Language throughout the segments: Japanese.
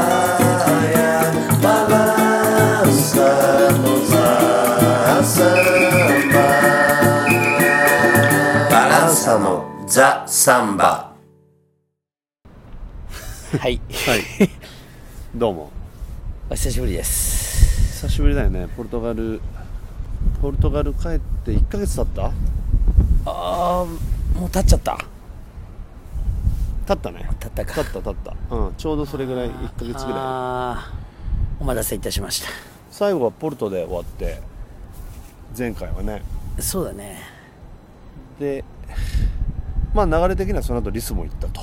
Praia, balançamos a samba. Balançamos a samba. はい。はい。 どうも。お久しぶりです。久しぶりだよね。ポルトガル、ポルトガル帰って1ヶ月経ったああ、もう経っちゃった。経ったね。経ったか。経った経った。うん。ちょうどそれぐらい、1ヶ月ぐらい。あーお待たせいたしまし最後はポルトで終わって、前回はね。た。そうだね。で、まあ流れ的にはその後リスボン行ったと。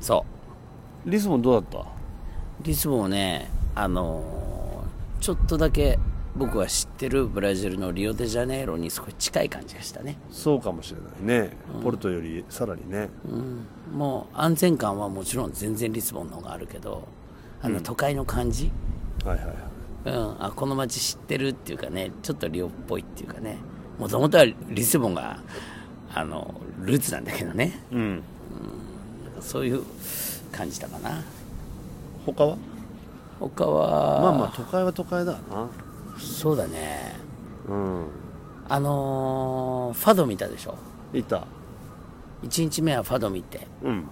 そリスボンどうだったう。リスボンをね、あのーちょっとだけ僕は知ってるブラジルのリオデジャネイロに少し近い感じがしたね。そうかもしれないね。ポルトよりさらにね。うん。もう安全感はもちろん全然リスボンの方があるけど、あの都会の感じ、はいはいはい。うん、あこの街知ってるっていうかねちょっとリオっぽいっていうかねもともとはリスボンがあのルーツなんだけどねうん。そういう感じたかな他は他はまあまあ都会は都会だな。そうだねうん。あのーファド見たでしょいた。 1日目はファド見てうん、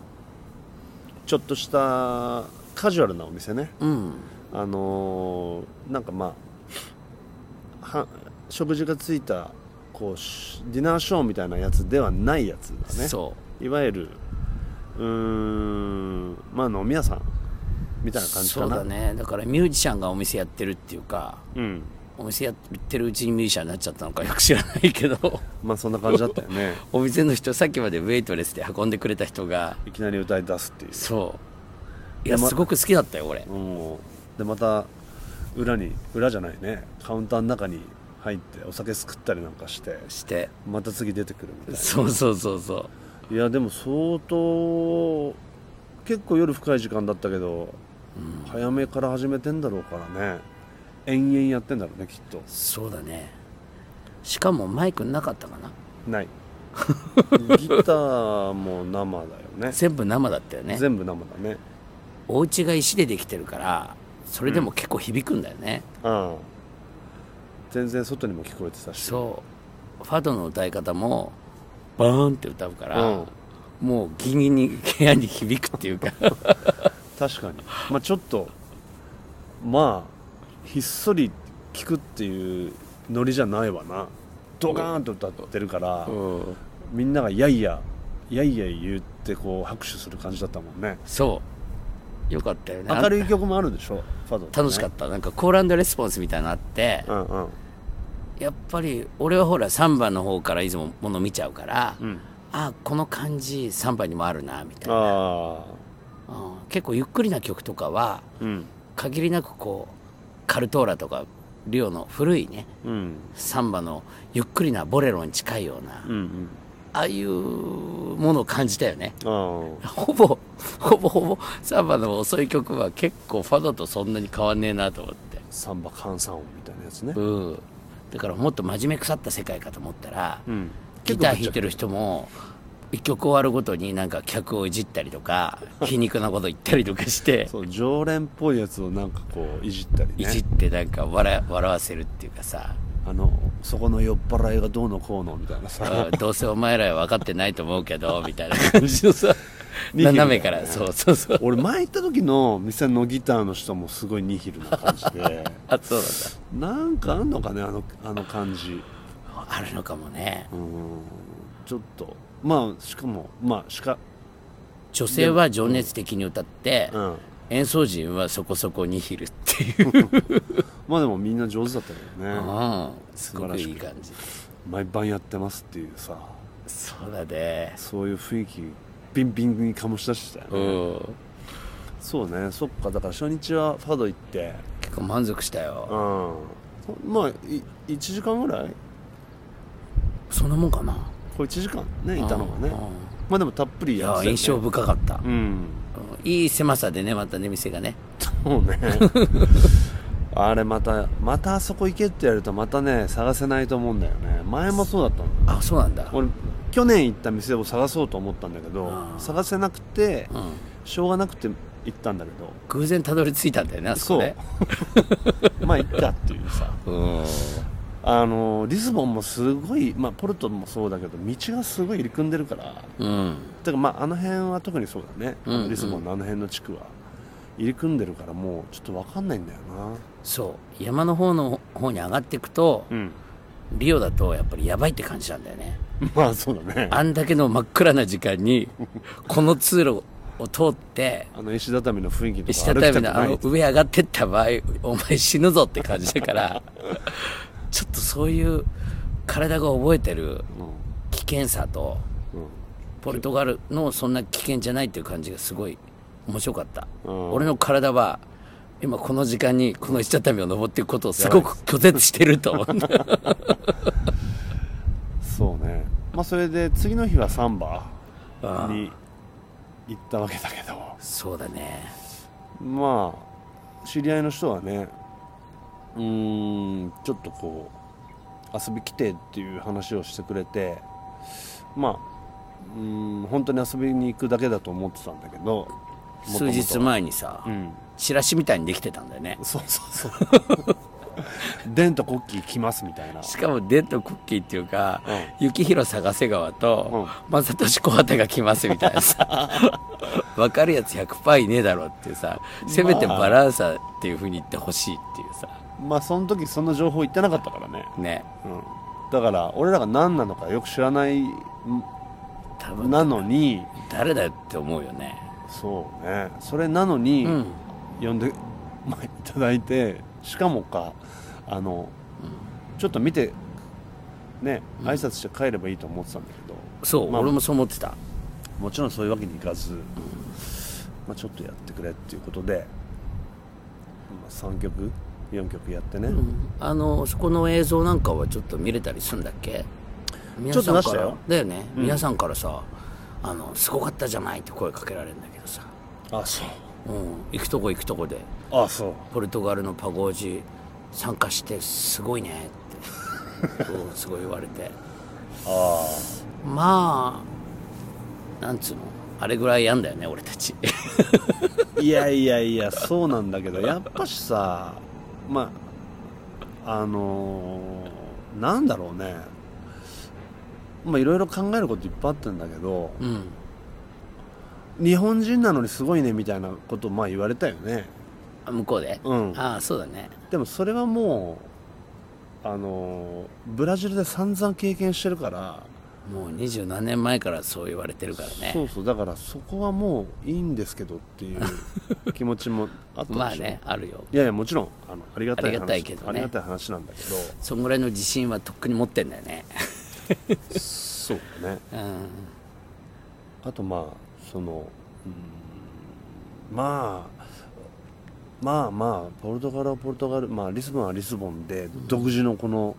ちょっとしたカジュアルなお店ね、うんあのーなんかまあは食事がついたこうしディナーショーみたいなやつではないやつだねそういわゆるうーんまあ飲み屋さんみたいな感じそかなうだねだからミュージシャンがお店やってるっていうかうんお店やってるうちにミュージシャンになっちゃったのかよく知らないけど まあそんな感じだったよね お店の人さっきまでウェイトレスで運んでくれた人がいきなり歌い出すっていうそういいややますごく好きだったよ俺うんでまた裏に裏じゃないねカウンターの中に入ってお酒すくったりなんかしてしてまた次出てくるみたいなそうそうそうそういやでも相当結構夜深い時間だったけど、早めから始めてんだろうからね延々やってんだろうねきっとそうだねしかもマイクなかったかなない ギターも生だよね全部生だったよね全部生だねお家が石でできてるからそれでも結構響くんだよね、うん全然外にも聞こえてたしそうファドの歌い方もバーンって歌うから、うんもうギンギンに部屋に響くっていうか確かにまあちょっとまあひっそり聞くっていうノリじゃないわなドカーンと歌ってるから、うんみんながやいややいや言ってこう拍手する感じだったもんねそうよかったよね明るいい曲もあるでしょファド、ね、楽しかった、なんかコールレスポンスみたいなのあって、うんうんやっぱり俺はほら3番の方からいつももの見ちゃうから、うんあこの感じ3番にもあるなみたいな、ああうん結構ゆっくりな曲とかはうん限りなくこうカルトーラとかリオの古いねうんサンバのゆっくりなボレロに近いような、うんうんああいうものを感じたよねあーほぼほぼほぼサンバの遅い曲は結構ファドとそんなに変わんねえなと思ってサンバ換算音みたいなやつねうんだからもっと真面目腐った世界かと思ったら、うんギター弾いてる人も一曲終わるごとになんか客をいじったりと か皮肉なこと言ったりとかしてそう常連っぽいやつをなんかこういじったりいじっねてなんか笑笑わせるっていうかさあのそこの酔っ払いがどうのこうのみたい なさうんどうせお前らは分かってないと思うけ どみたいな感じのさニヒルだよ斜ねめからそうそうそう俺前行った時の店のギターの人もすごいニヒルな感じであそうなんなんかあんのかねあのあの感じだあるのかもねうんちょっとまあしかもまあしか女性は情熱的に歌って、うん演奏陣はそこそこにひるっていう、まあでもみんな上手だったけどうねん、すごくいい素晴らしく感じ毎晩やってますっていうさそうだねそういう雰囲気ビンビンに醸し出してたようね、んそうねそっかだから初日はファド行って結構満足したようんまあい1時間ぐらいそんなもんかなこう1時間ねいたのがうねんうんまあでもたっぷりいやっやてたよね印象深かった、ううんんいい狭さでねまたね店がねそうねあれまたまたあそこ行けってやるとまたね探せないと思うんだよね前もそうだったのあそうなんだ俺去年行った店を探そうと思ったんだけどあー探せなくてうんしょうがなくて行ったんだけど偶然たどり着いたんだよねあそこねそう まあ行ったっていうさうんあのリスボンもすごい、まあ、ポルトもそうだけど道がすごい入り組んでるからうんてかまああの辺は特にそうだね、うんうんリスボンのあの辺の地区は入り組んでるからもうちょっと分かんないんだよそう山の方の方に上がっていくと、なうんリオだとやっぱりやばいって感じなんだよね まあそうだねあんだけの真っ暗な時間にこの通路を通ってあの石畳の雰囲気と下か歩たきたくめのあないの上上がってった場合お前死ぬぞって感じだから ちょっとそういう体が覚えてる危険さとポルトガルのそんな危険じゃないっていう感じがすごい面白かった、うん俺の体は今この時間にこの石畳を登っていくことをすごく拒絶してる と思うんだそうねまあそれで次の日はサンバに行ったわけだけどそうだねまあ知り合いの人はねうーんちょっとこう遊び来てっていう話をしてくれてまあうーん本当に遊びに行くだけだと思ってたんだけど 数日も前にさ、ともとうんチラシみたいにできてたんだよねそう そうそうデンとコッキー来ますみたいなしかもデッドクッキーっていうか、雪広探瀬川と、う正俊小畑が来ますみたいな さ分かるやつ100%いねえだろっていうさせめてバランサーっていうふうに言ってほしいっていうさまあその時そんな情報言ってなかったからね、ねうん、だから俺らが何なのかよく知らない多分なのに誰だよって思うよねそうねそれなのに、うん呼んで、まあ、いただいてしかもかあの、ちょっと見てね挨拶して帰ればいいと思ってたんだけど、そう、まあ俺もそう思ってたもちろんそういうわけにいかず、まあ、ちょっとやってくれっていうことで、まあ、3曲4曲やってね、あのそこの映像なんかはちょっと見れたりするんだっけ皆ちょっとさんか出したらよだよね、皆さんからさあの「すごかったじゃない」って声かけられるんだけどさ、あそううん、行くとこ行くとこであそうポルトガルのパゴージ参加してすごいね ってうんすごい言われてあまあなんつうのあれぐらいやんだよね俺たちあいやいやいやそうなんだ けどやっぱしさまああのーなんだろうねまあいろいろ考えることいっぱいあったんだけど、うん日本人なのにすごいねみたいなことをまあ言われたよねあ向こうで、うんああそうだねでもそれはもうあのーブラジルで散々経験してるから、もう二十何年前からそう言われてるからねそうそうだからそこはもういいんですけどっていう 気持ちもあったでしょまあねあるよいやいやもちろんあのありがたい話ありがたいけどねありがたい話なんだけどそんぐらいの自信はとっくに持ってんだよ ねそうだねうんあとまあそのうんまあまあまあポルトガルはポルトガル、まあ、リスボンはリスボンで独自のこの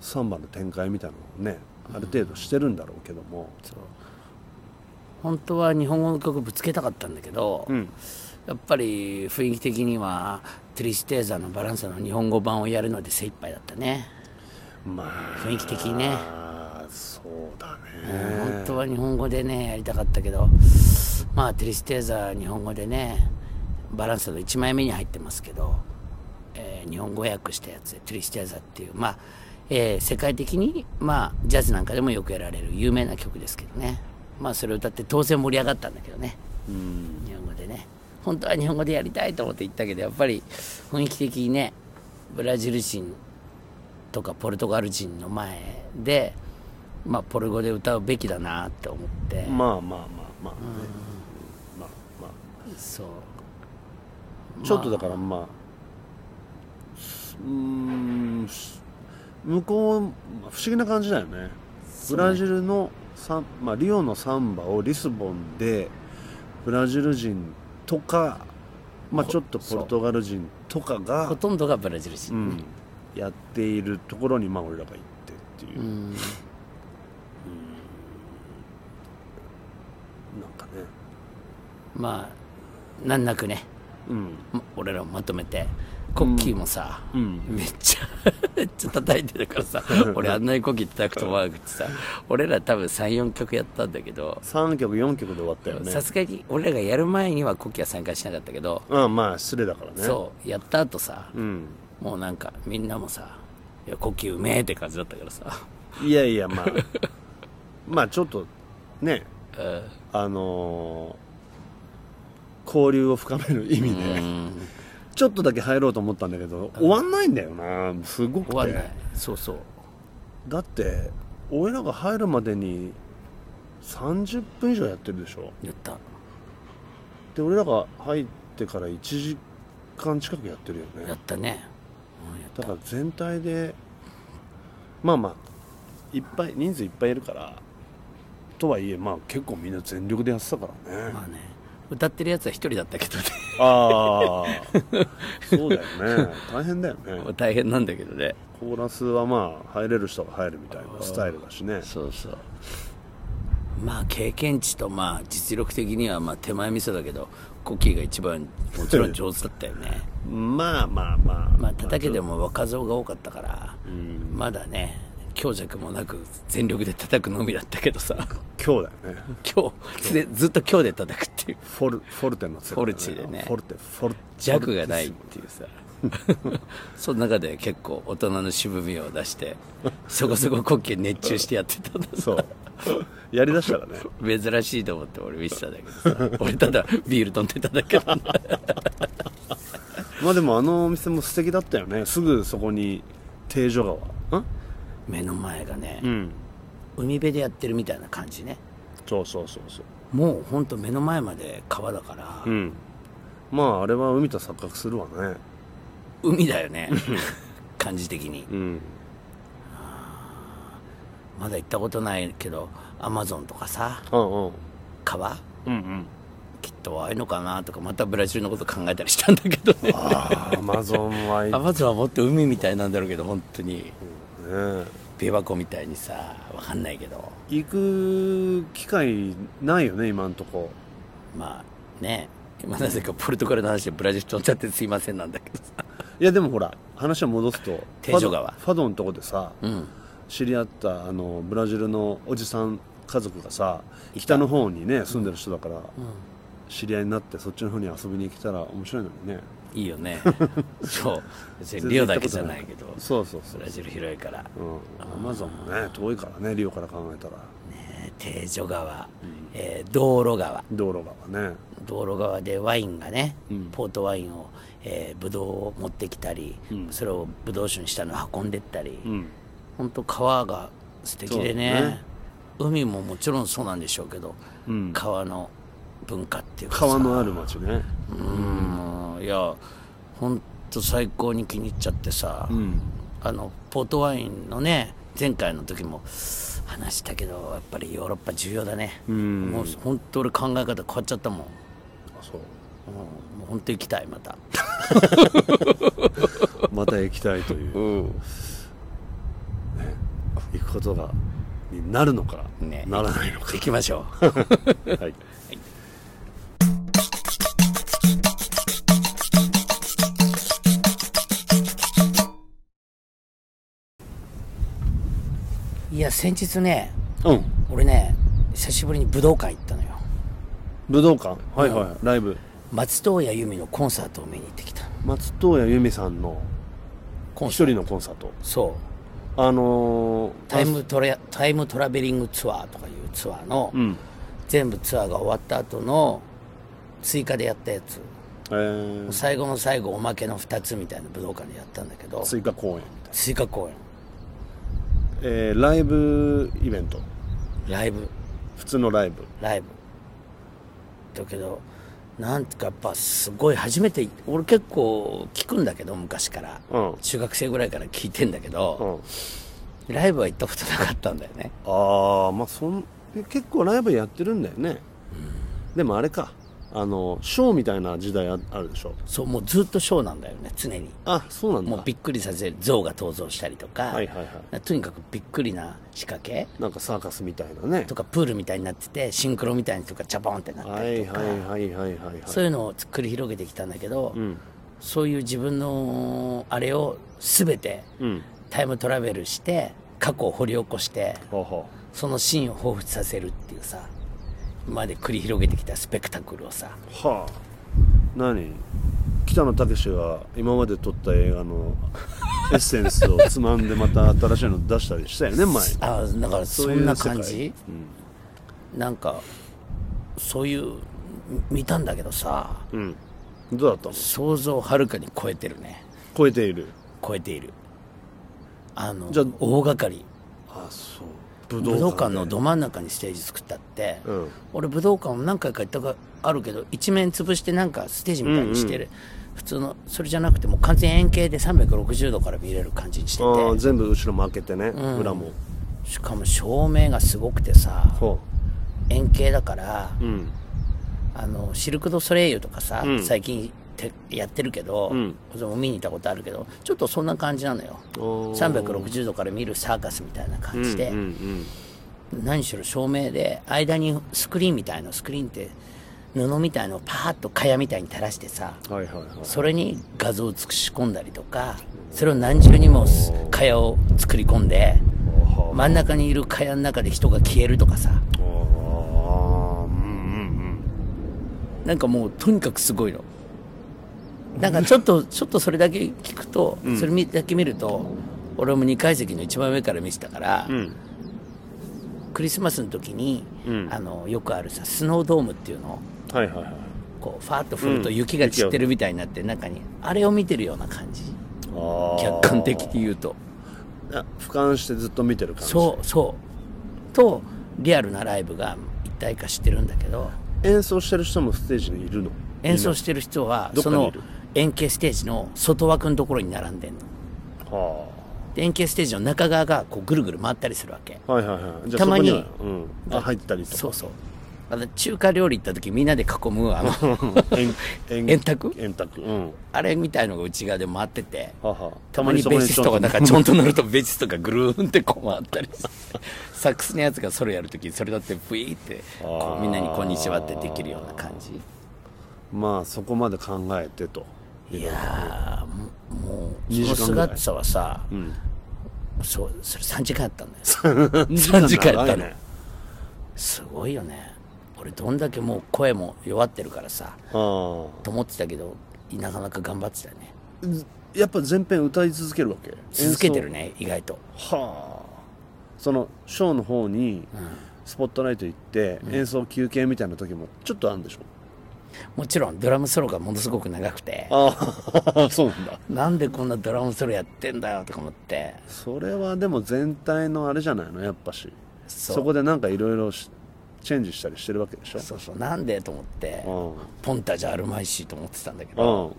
サンバの展開みたいなのをねある程度してるんだろうけども、そう本当は日本語の曲ぶつけたかったんだけど、うんやっぱり雰囲気的にはトリステーザのバランサの日本語版をやるので精一杯だったねまあ雰囲気的にねそうだ本ね当は日本語でねやりたかったけどまあテリステーザー日本語でねバランスの1枚目に入ってますけど、えー日本語訳したやつでテリステーザーっていうまあ、えー世界的に、まあ、ジャズなんかでもよくやられる有名な曲ですけどねまあそれを歌って当然盛り上がったんだけどね日本語でね本当は日本語でやりたいと思って行ったけどやっぱり雰囲気的にねブラジル人とかポルトガル人の前で、まあ、ポル語で歌うべきだなって思って、まあまあまあまあね、まあまあそうちょっとだからまあ、うーんし向こうまあ不思議な感じだよねブラジルのサン、まあ、リオのサンバをリスボンでブラジル人とか、まあ、ちょっとポルトガル人とかほが、とんどがブラジル人、うん、やっているところにまあ俺らが行ってっていう、うんなんかねまあ難なくねうんま俺らをまとめてコッキーもさ、うんめっちゃ めっちゃ叩いてるから さ俺あんなにコッキー叩くと思わなくてさ俺ら多分34曲やったんだけど3曲4曲で終わったよねさすがに俺らがやる前にはコッキーは参加しなかったけど、うんまあ失礼だからねそうやった後さ、うんもうなんかみんなもさ「いやコッキーうめえ」って感じだったからさ いやいやまあまあちょっとねあのー交流を深める意味で、うんちょっとだけ入ろうと思ったんだけど終わんないんだよなすごくて終わんないそうそうだって俺らが入るまでに30分以上やってるでしょ言ったで俺らが入ってから1時間近くやってるよやねったね、うんやっだから全体でまあまあいっぱい人数いっぱいいるからとはいえまあ結構みんな全力でやってたからねまあね歌ってるやつは一人だったけどね ああそうだ よね大変だよね大変なんだけどねコーラスはまあ入れる人が入るみたいなスタイルだしねそうそうまあ経験値とまあ実力的にはまあ手前味噌だけどコッキーが一番もちろん上手だったよ ねまあまあまあまあ叩けでも若造が多かったから、んまだね強弱もなく全力で叩くのみだったけどさ 今日だよね今日でずっと今日で叩くっていう フォルフォルテの世界フだねォルチでねフォルテフォル弱がないっていうさその中で結構大人の渋みを出してそこそこコッキー熱中してやってたんだそうやりだしたらね珍しいと思って俺見てたんだけどさ俺ただビール飲んでただけなんだまあでもあのお店も素敵だったよねすぐそこに定所川ん目の前がね、うん海辺でやってるみたいな感じねそうそうそうそうもうほんと目の前まで川だから、うんまああれは海と錯覚するわね海だよね 感じ的にうんまだ行ったことないけどアマゾンとかさうんうん川うんうんきっとああいうのかなとかまたブラジルのこと考えたりしたんだけど ねああアマゾンはいいアマゾンはもっと海みたいなんだろうけど本当にね琵琶湖みたいにさわかんないけど行く機会ないよね今んとこまあね今なぜかポルトガルの話でブラジル飛んじゃってすいませんなんだけどさいやでもほら話を戻すと定所川ファドファドのとこでさ、うん知り合ったあのブラジルのおじさん家族がさ北の方にね住んでる人だから、知り合いになってそっちの方に遊びに来たら面白いのにねいいよ ねそう別にリオだけじゃないけどそうそうそブうラジル広いから、うんアマゾンもね遠いからねリオから考えたらえー定所川、えー道路川道路がね道路側でワインがね、ポートワインを、えー、ブドウを持ってきたり、それをブドウ酒にしたのを運んでったり、んほんと川が素敵でねそうだね海ももちろんそうなんでしょうけど、うん川の文化っていうかさ川のある町ねうんいやほんと最高に気に入っちゃってさ、んあのポートワインのね前回の時も話したけどやっぱりヨーロッパ重要だね、んもうほんと俺考え方変わっちゃったもんあそううんもう本当行きたいまたまた行きたいと いう、ね、行くことがになるのか、ねなら ないのか行きましょうはいいや先日ねうん俺ね久しぶりに武道館行ったのよ武道館はいはい、ライブ松任谷由実のコンサートを見に行ってきた松任谷由実さんのコン一サート人のコンサートそうあのー、タイムトラタイムトラベリングツアーとかいうツアーの、うん全部ツアーが終わった後の追加でやったやつえー、最後の最後おまけの2つみたいな武道館でやったんだけど追加公演みたい追加公演な、えー、ライブイベントライブ普通のライブライブだけどなんかやっぱすごい初めて俺結構聞くんだけど昔から、うん中学生ぐらいから聞いてんだけうど、んライブは行ったことなかったんだよねああまあそん結構ライブやってるんだよね、でもあれかあのショーみたいな時代ああるでしょそうもうずっとショーなんだよね常にあそうなんだもうびっくりさせる象が登場したりとか、はいはいはとにかくびっくりな仕掛けなんかサーカスみたいなねとかプールみたいになっててシンクロみたいにとかチャポンってなっはたりいとはか、いはいはいはいはいそういうのを繰り広げてきたんだけど、うんそういう自分のあれを全てうんタイムトラベルして過去を掘り起こしてほうほそのシーンを彷彿させるっていうさ今まで繰り広げてきたスペクタクルをさうはあ何北野武が今まで撮った映画 のエッセンスをつまんでまた新しいの出したりしたよね前あだから そそういう世ん界な感じうんなんかそういう見たんだけどさうんどうだったの想像をはるかに超えてるね超えている超えているあのじゃあ大掛かりあそ武う武道館のでど真ん中にステージ作ったって、うん俺武道館を何回か行ったがあるけど一面潰してなんかステージみたいにしてる、普通のそれじゃなくてもう完全円形で360度から見れる感じにしてあーて全部後ろも開けてね、裏もしかも照明がすごくてさほ円形だから、ううんあのシルク・ドゥ・ソレイユとかさ、うん最近てやってるけど、んそれも見に行ったことあるけどちょっとそんな感じなのよおー360度から見るサーカスみたいな感じで、うんうん何しろ照明で間にスクリーンみたいのスクリーンって布みたいのをパーッと蚊帳みたいに垂らしてさうん、はいはいはいそれに画像を作し込んだりとかそれを何重にもす蚊帳を作り込んでおー真ん中にいる蚊帳の中で人が消えるとかさああうんうんなんかもうとにかくすごいのなんかちょっとちょっとそれだけ聞くと、それだけ見ると俺も2階席の一番上から見てたから、うんうんクリスマスの時に、うんあのよくあるさスノードームっていうのをはいはいはいこうファーッと振ると雪が散ってるみたいになって中にあれを見てるような感じああ客観的に言うとあ俯瞰してずっと見てる感じそうそうとリアルなライブが一体化してるんだけど演奏してる人もステージにいるの演奏してる人はどっそかにいのる円形ステージの外枠のところに並んでんのはで円形ステージの中側がこうぐるぐる回ったりするわけあはいはいはいじゃあたまにそこにはうん、あ入ったりとそうそうあの中華料理行った時みんなで囲むあの 円円円卓円卓うんはあれみたいのが内側で回っててあはあたまにベーシストがなんかちょんとなるとベーシストがぐるーんってこう回ったりしてサックスのやつがソロやるときそれだってブイーってこうみんなに「こんにちは」ってできるような感じまあそこまで考え てといやーももう二時間そのぐらい姿はさ、んそうそれ3時間やったんだよ3 3時間やったの、ねすごいよね俺どんだけもう声も弱ってるからさああと思ってたけどなかなか頑張ってたねやっぱ全編歌い続けるわけ続けてるね意外とはあそのショーの方にスポットライト行って、演奏休憩みたいな時もちょっとあるんでしょもちろんドラムソロがものすごく長くてああ そうなんだなんでこんなドラムソロやってんだよとか思ってそれはでも全体のあれじゃないのやっぱしそそうこでなんかいろいろしチェンジしたりしてるわけでしょそうそうなんでと思ってポンタじゃあるまいしと思ってたんだけうどんうん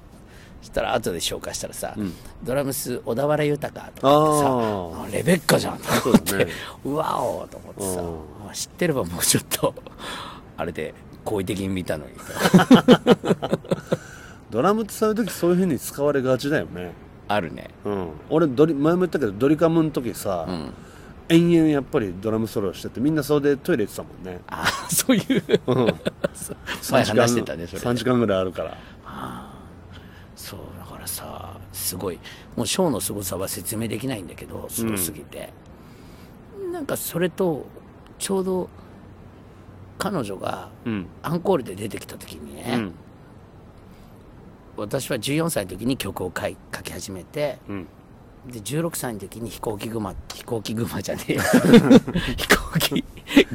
そしたら後で紹介したらさ、ドラムス小田原豊とかってさああレベッカじゃんと思ってそうう,、だねわおと思ってさ、うまあ知ってればもうちょっとあれで好意的に見た のにドラムってそういう時そういうふうに使われがちだよねあるねうん俺ドリ前も言ったけどドリカムの時さ、延々やっぱりドラムソロしててみんなそれでトイレ行ってたもんねああそういうそう前話してたねそ3れ時間ぐらいあるからそうだからさすごいもうショーの凄さは説明できないんだけどすごすぎて、なんかそれとちょうど彼女がうんアンコールで出てきた時にね、うん私は14歳の時に曲を書い書き始めてうんで16歳の時に飛行機雲飛行機雲じゃね えよ飛行機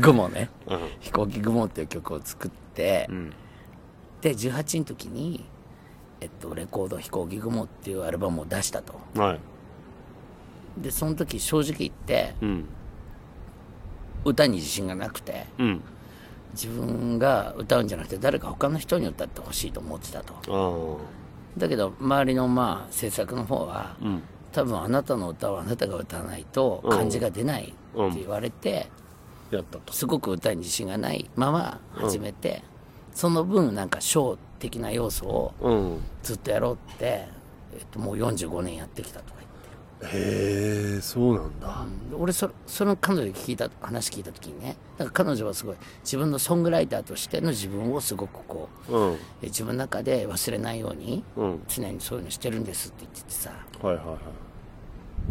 雲ねうん飛行機雲っていう曲を作って、うんで18の時に、えっと、レコード「飛行機雲」っていうアルバムを出したとはいでその時正直言ってうん歌に自信がなくてうん自分が歌うんじゃなくて誰か他の人に歌ってほしいと思ってたとああだけど周りのまあ制作の方は、ん多分あなたの歌はあなたが歌わないと感じが出ないって言われて、やったとすごく歌に自信がないまま始めて、その分なんかショー的な要素をうんずっとやろうって、えっと、もう45年やってきたとか言ってへえそうなんだで俺そその彼女に聞いた話聞いた時にねだから彼女はすごい自分のソングライターとしての自分をすごくこううんえ自分の中で忘れないようにうん常にそういうのしてるんですって言っててさはいはいはい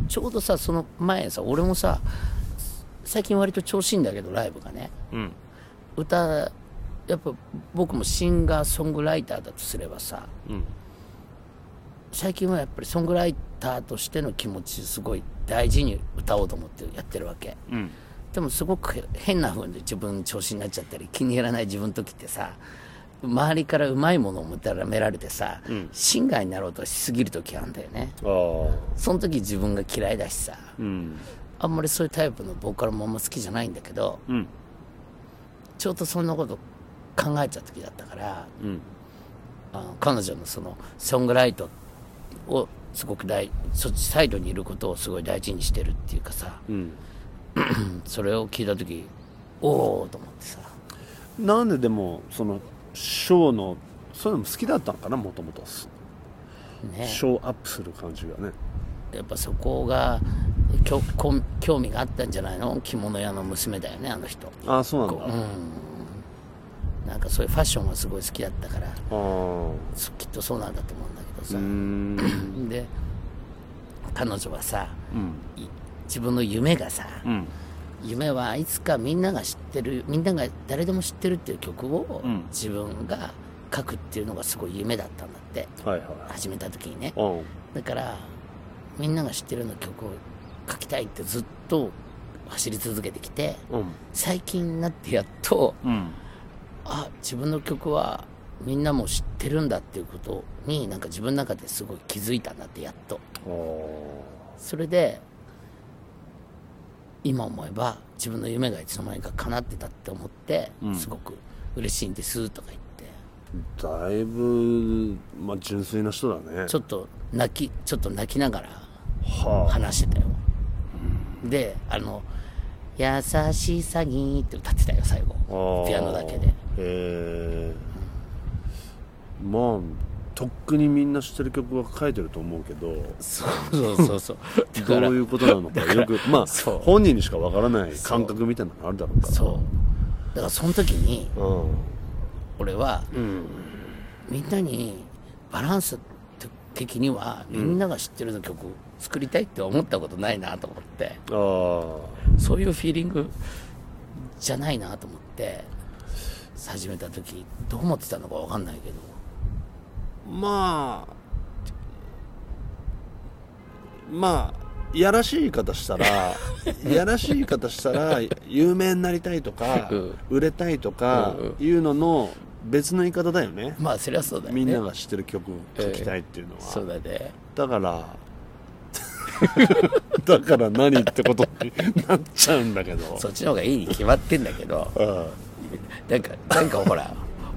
ちょうどさその前さ俺もさ最近割と調子いいんだけどライブがねうん歌やっぱ僕もシンガーソングライターだとすればさうん最近はやっぱりソングライターとしての気持ちすごい大事に歌おうと思ってやってるわけうんでもすごく変な風に自分調子になっちゃったり気に入らない自分の時ってさ周りからうまいものをもたらめられてさ、シンガーになろうとしすぎる時あるんだよねああその時自分が嫌いだしさうんあんまりそういうタイプのボーカルもあんま好きじゃないんだけどうんちょうどそんなこと考えちゃった時だったからうんあの彼女のそのソングライトをすごく大そっちサイドにいることをすごい大事にしてるっていうかさうん それを聞いた時おおと思ってさなんででもそのショーのそういうのも好きだったのかなもともとシねョーアップする感じがねやっぱそこがきょこん興味があったんじゃないの着物屋の娘だよねあの人ああそうなんだ、あなんかそういうファッションがすごい好きだったからあそきっとそうなんだと思うんだけどさ、うーんで彼女はさうんい自分の夢がさ、うん夢はいつかみんなが知ってるみんなが誰でも知ってるっていう曲をうん自分が書くっていうのがすごい夢だったんだってはいは始めた時にねいうんだからみんなが知ってるような曲を書きたいってずっと走り続けてきてうん最近になってやっとうんあ自分の曲はみんなも知ってるんだっていうことになんか自分の中ですごい気づいたんだってやっとああそれで今思えば自分の夢がいつの間にか叶ってたって思って、んすごく嬉しいんですとか言ってだいぶ、まあ、純粋な人だねちょっと泣きちょっと泣きながらは話してたよ、であの「優しさに」って歌ってたよ最あ後ーピアノだけでへえまあとっくにみんな知ってる曲は書いてると思うけどそうそうそう そうだどからういうことなのかよくま あそう本人にしかわからない感覚みたいなのがあるだろうからそうだからその時にうん俺は、みんなにバランス的にはみんなが知ってるの曲作りたいって思ったことないなと思ってあそういうフィーリングじゃないなと思って始めた時どう思ってたのか分かんないけどあまあまあいやらしい言い方したらいやらしい言い方したら有名になりたいとか、うん売れたいとかいうのの別の言い方だよねまあそりゃそうだよねみんなが知ってる曲書きたいっていうのは、そうだねだから だから何ってことに なっちゃうんだけどそっちの方がいいに決まってんだけどうんなんかなんかほら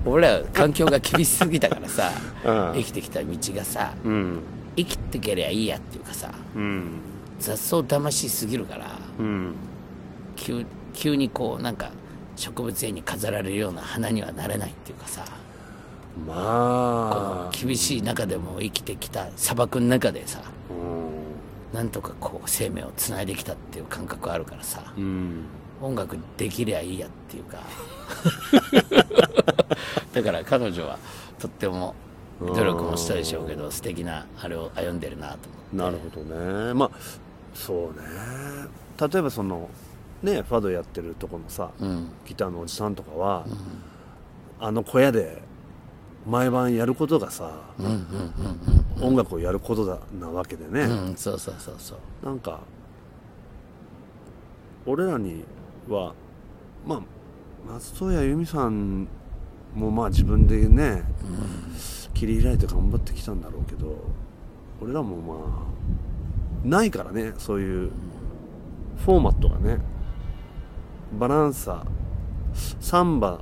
俺ら環境が厳しすぎたからさ、うん生きてきた道がさうん生きてけりゃいいやっていうかさうん雑草魂すぎるからうん急急にこうなんか植物園に飾られるような花にはなれないっていうかさまあ厳しい中でも生きてきた砂漠の中でさうなんとかこう生命をつないできたっていう感覚あるからさんうん音楽できりゃいいやって いうかだから彼女はとっても努力もしたでしょうけど素敵なあれを歩んでるなと思なるほどねまあそうね例えばそのねファドやってるとこのさ、ううんギターのおじさんとかは、あの小屋で毎晩やることがさ、音楽をやることだなわけでね、うんそうそうそうそうなんか俺らにはまあ松任谷由実さんもまあ自分でね、切り開いて頑張ってきたんだろうけど俺らもまあないからねそういうフォーマットがねバランササンバ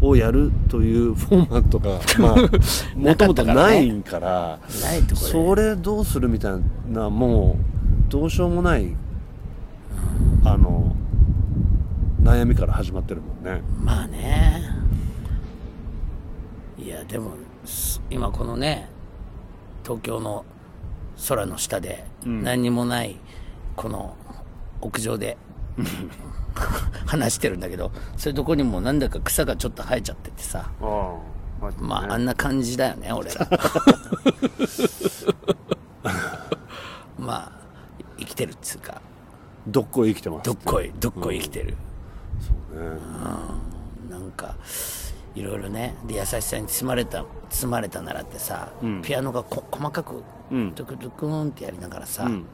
をやるというフォーマットがまあもともとないからないところそれどうするみたいなもうどうしようもないあの悩みから始まってるもんねまあねいやでもす今このね東京の空の下で何にもないこの屋上で話してるんだけどそういうとこにもなんだか草がちょっと生えちゃっててさああまあ、まああねんな感じだよね俺 らまあ生きてるっつうかどっこい生きてますどっこいどっこい生きてる、そうねなんかいろいろねで優しさに包まれた包まれたならってさ、ピアノがこ細かくうんドクドクンってやりながらさ、ん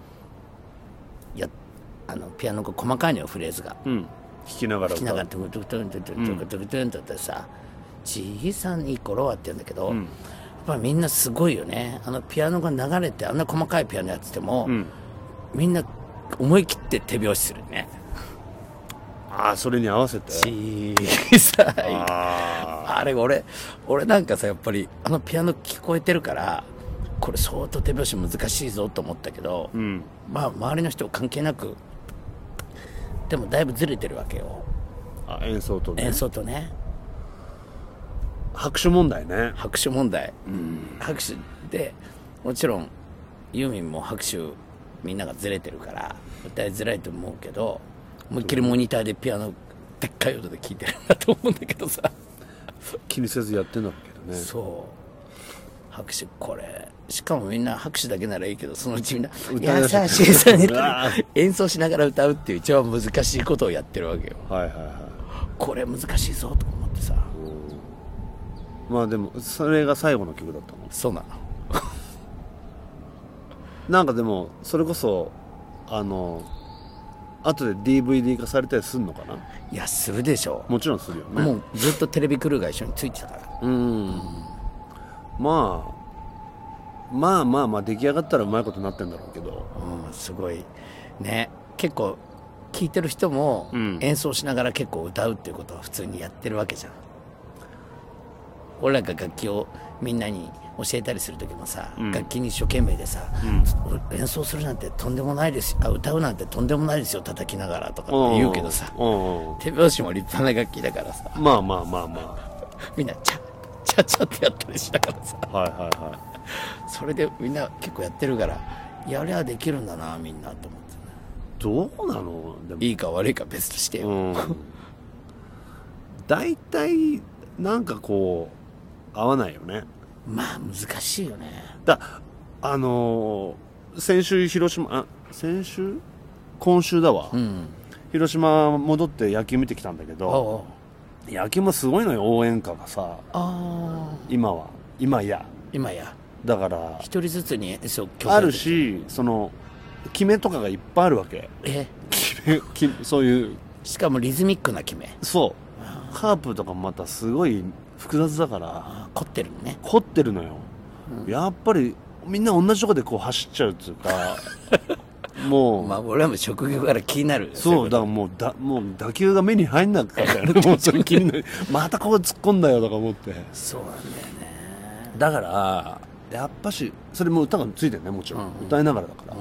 やあのピアノが細かいのよフレーズが。うん聞きながらきながらトゥクトゥクトゥントゥクトゥクトゥクトゥンとってさ小さい頃はって言うんだけど、やっぱりみんなすごいよねあのピアノが流れてあんな細かいピアノやってても、みんな思い切って手拍子するねああそれに合わせて小さいああれ俺俺なんかさやっぱりあのピアノ聞こえてるからこれ相当手拍子難しいぞと思ったけど、んまあ周りの人関係なくでもだいぶずれてるわけよあ演奏とね演奏とね拍手問題ね拍手問題、拍手でもちろんユーミンも拍手みんながずれてるから歌いづらいと思うけど思いっきりモニターでピアノでっかい音で聴いてるんだと思うんだけどさ気にせずやってんだろうけどねそう拍手これしかもみんな拍手だけならいいけどそのうちみんな歌い出優すしいさねうわー演奏しながら歌うっていう一番難しいことをやってるわけよはいはいはこれ難しいぞと思ってさいまあでもそれが最後の曲だったのそうなのなんかでもそれこそあの後で DVD 化されたりすんのかないやするでしょもちろんするよねもうずっとテレビクルーが一緒についてたからうんまあまあまあまあ出来上がったらうまいことになってんだろうけどうん、すごいね結構聴いてる人もん演奏しながら結構歌うっていうことは普通にやってるわけじゃん俺らが楽器をみんなに教えたりする時もさ、楽器に一生懸命でさ、俺演奏するなんてとんでもないですあ歌うなんてとんでもないですよ叩きながらとかって言うけどさうんうん手拍子も立派な楽器だからさまあまあまあまみんなチャッチャッチャってやったりしながらさあはいはいはいそれでみんな結構やってるからやりゃできるんだなみんなと思ってねどうなのでもいいか悪いか別としてよ、うん大体なんかこう合わないよねまあ難しいよねだあのー先週広島あ先週今週だわ、うん広島戻って野球見てきたんだけどあ野球もすごいのよ応援歌がさあ今は今や今やだから一人ずつにそうあるしその決めとかがいっぱいあるわけえ決め決めそういうしかもリズミックな決めそうカープとかもまたすごい複雑だからあ凝ってるのね凝ってるのよ、やっぱりみんな同じとこでこう走っちゃうっていうか もう、まあ俺はもう職業から気になるそうだからもうだもう打球が目に入んなか ったよねもうそれ気になるまたここ突っ込んだよとか思ってそうなんだよねだからやっぱしそれも歌がついてるねもちろん、うんうん歌いながらだから、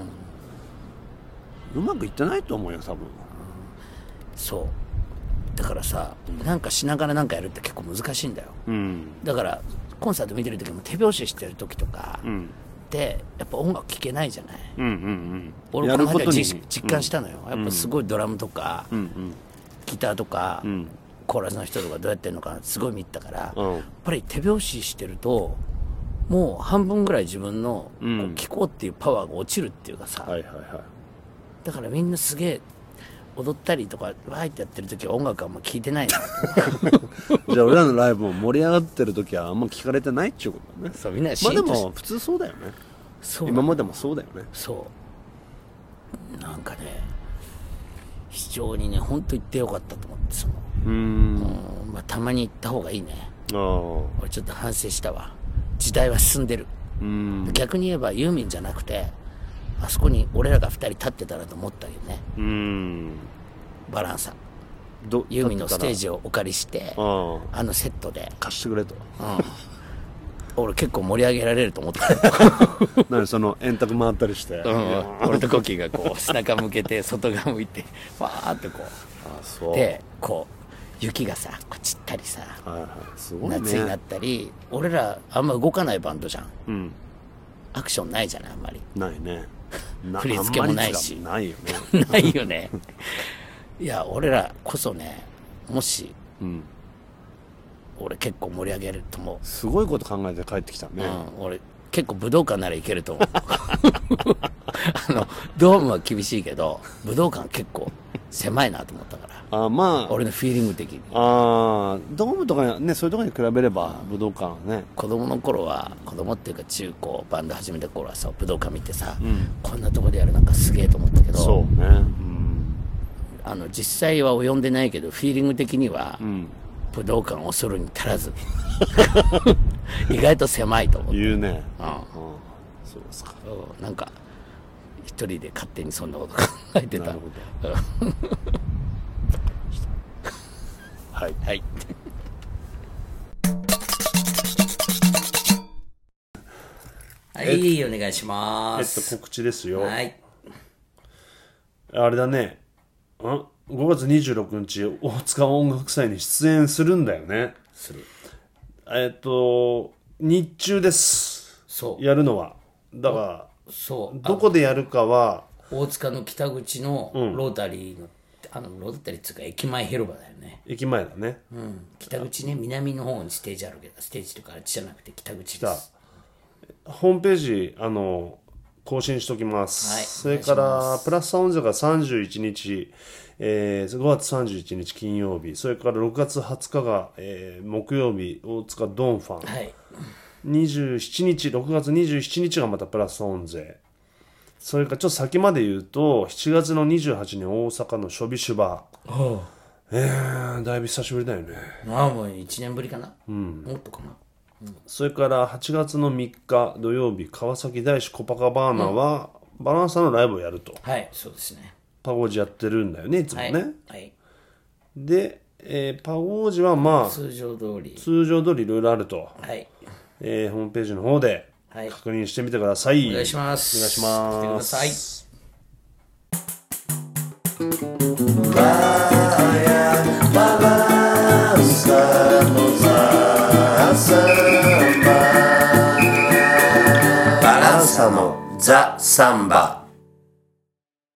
うまくいってないと思うよ多分そうだからさ、なんかしながらなんかやるって結構難しいんだようんだからコンサート見てる時も手拍子してる時とかうんでやっぱ音楽聴けないじゃないうんうんうん俺やこるのこと間に実実感したのよ、やっぱすごいドラムとか、うんうんギターとか、んコーラスの人とかどうやってるのかなってすごい見てたから、うんやっぱり手拍子してるともう半分ぐらい自分の、んこう聞こうっていうパワーが落ちるっていうかさ、はいはいはいだからみんなすげえ踊ったりとかわーってやってる時は音楽あんま聞いて ないのじゃあ俺らのライブも盛り上がってる時はあんま聞かれてないっちゅうこと だねそうみんなシまあーでンとしも普通そうだよねそう今までもそうだよねそうなんかね非常にね本当行ってよかったと思ってその、うーんうんまあ、たまに行った方がいいねああ俺ちょっと反省したわ時代は進んでるうん逆に言えばユーミンじゃなくてあそこに俺らが2人立ってたらと思ったけどねうんバランサどユーミンのステージジをお借りしてあああのセットで、貸してくれとうん、俺結構盛り上げられると思った、 何その円卓回ったりして、うあん、 俺とコキがこう背中向けて外側向いてわーってこそううでこう雪がさこう散ったりさはいはいすごいね夏になったり俺らあんま動かないバンドじゃんうんアクションないじゃないあんまりないねな振り付けもないしあんまりつかないよねないよ ねいや俺らこそねもしうん俺結構盛り上げると思すごいこと考えて帰ってきたう、ね、うん、俺結構武道館ならいけると思うあのドームは厳しいけど武道館結構狭いなと思ったからあまあ俺のフィーリング的にあードームとかねそういうところに比べれば武道館はね子供の頃は子供っていうか中高バンド始めた頃はさ武道館見てさ、こんなとこでやるなんかすげえと思ったけどそうねうんあの実際は及んでないけどフィーリング的には、ん武道館恐るに足らず 意外と狭いと思って、言うねうんうんそうですかうんなんか一人で勝手にそんなこと考えてなたるほどはいはいはいお願いしまえっとす、告知ですよ、はいあれだねん5月26日大塚音楽祭に出演するんだよねするえっと日中ですそうやるのはだからそうどこでやるかは大塚の北口のロータリーの、あのロータリーっていうか駅前広場だよね、駅前だね、うん、北口ね南の方にステージあるけどステージとかあっちじゃなくて北口でだすホームページあの更新しておきます、はいそれからプラスサウンズが31日、えー、5月31日金曜日それから6月20日が、えー木曜日大塚ドンファン、はい27日6月27日がまたプラスオンゼそれからちょっと先まで言うと7月の28日に大阪のショビシュバえー、だいぶ久しぶりだよねまあもう1年ぶりかな、もっとかなそれから8月の3日土曜日川崎大師コパカバーナは、バランサのライブをやるとはいそうですねパゴージやってるんだよねいつもはね、い、はい、で、えーパゴージはまあ通常通り通常通りいろいろあると、はいえーホームページの方ではい確認してみてください、お願いしますお願いします来てくださいバランサのザ・サンバ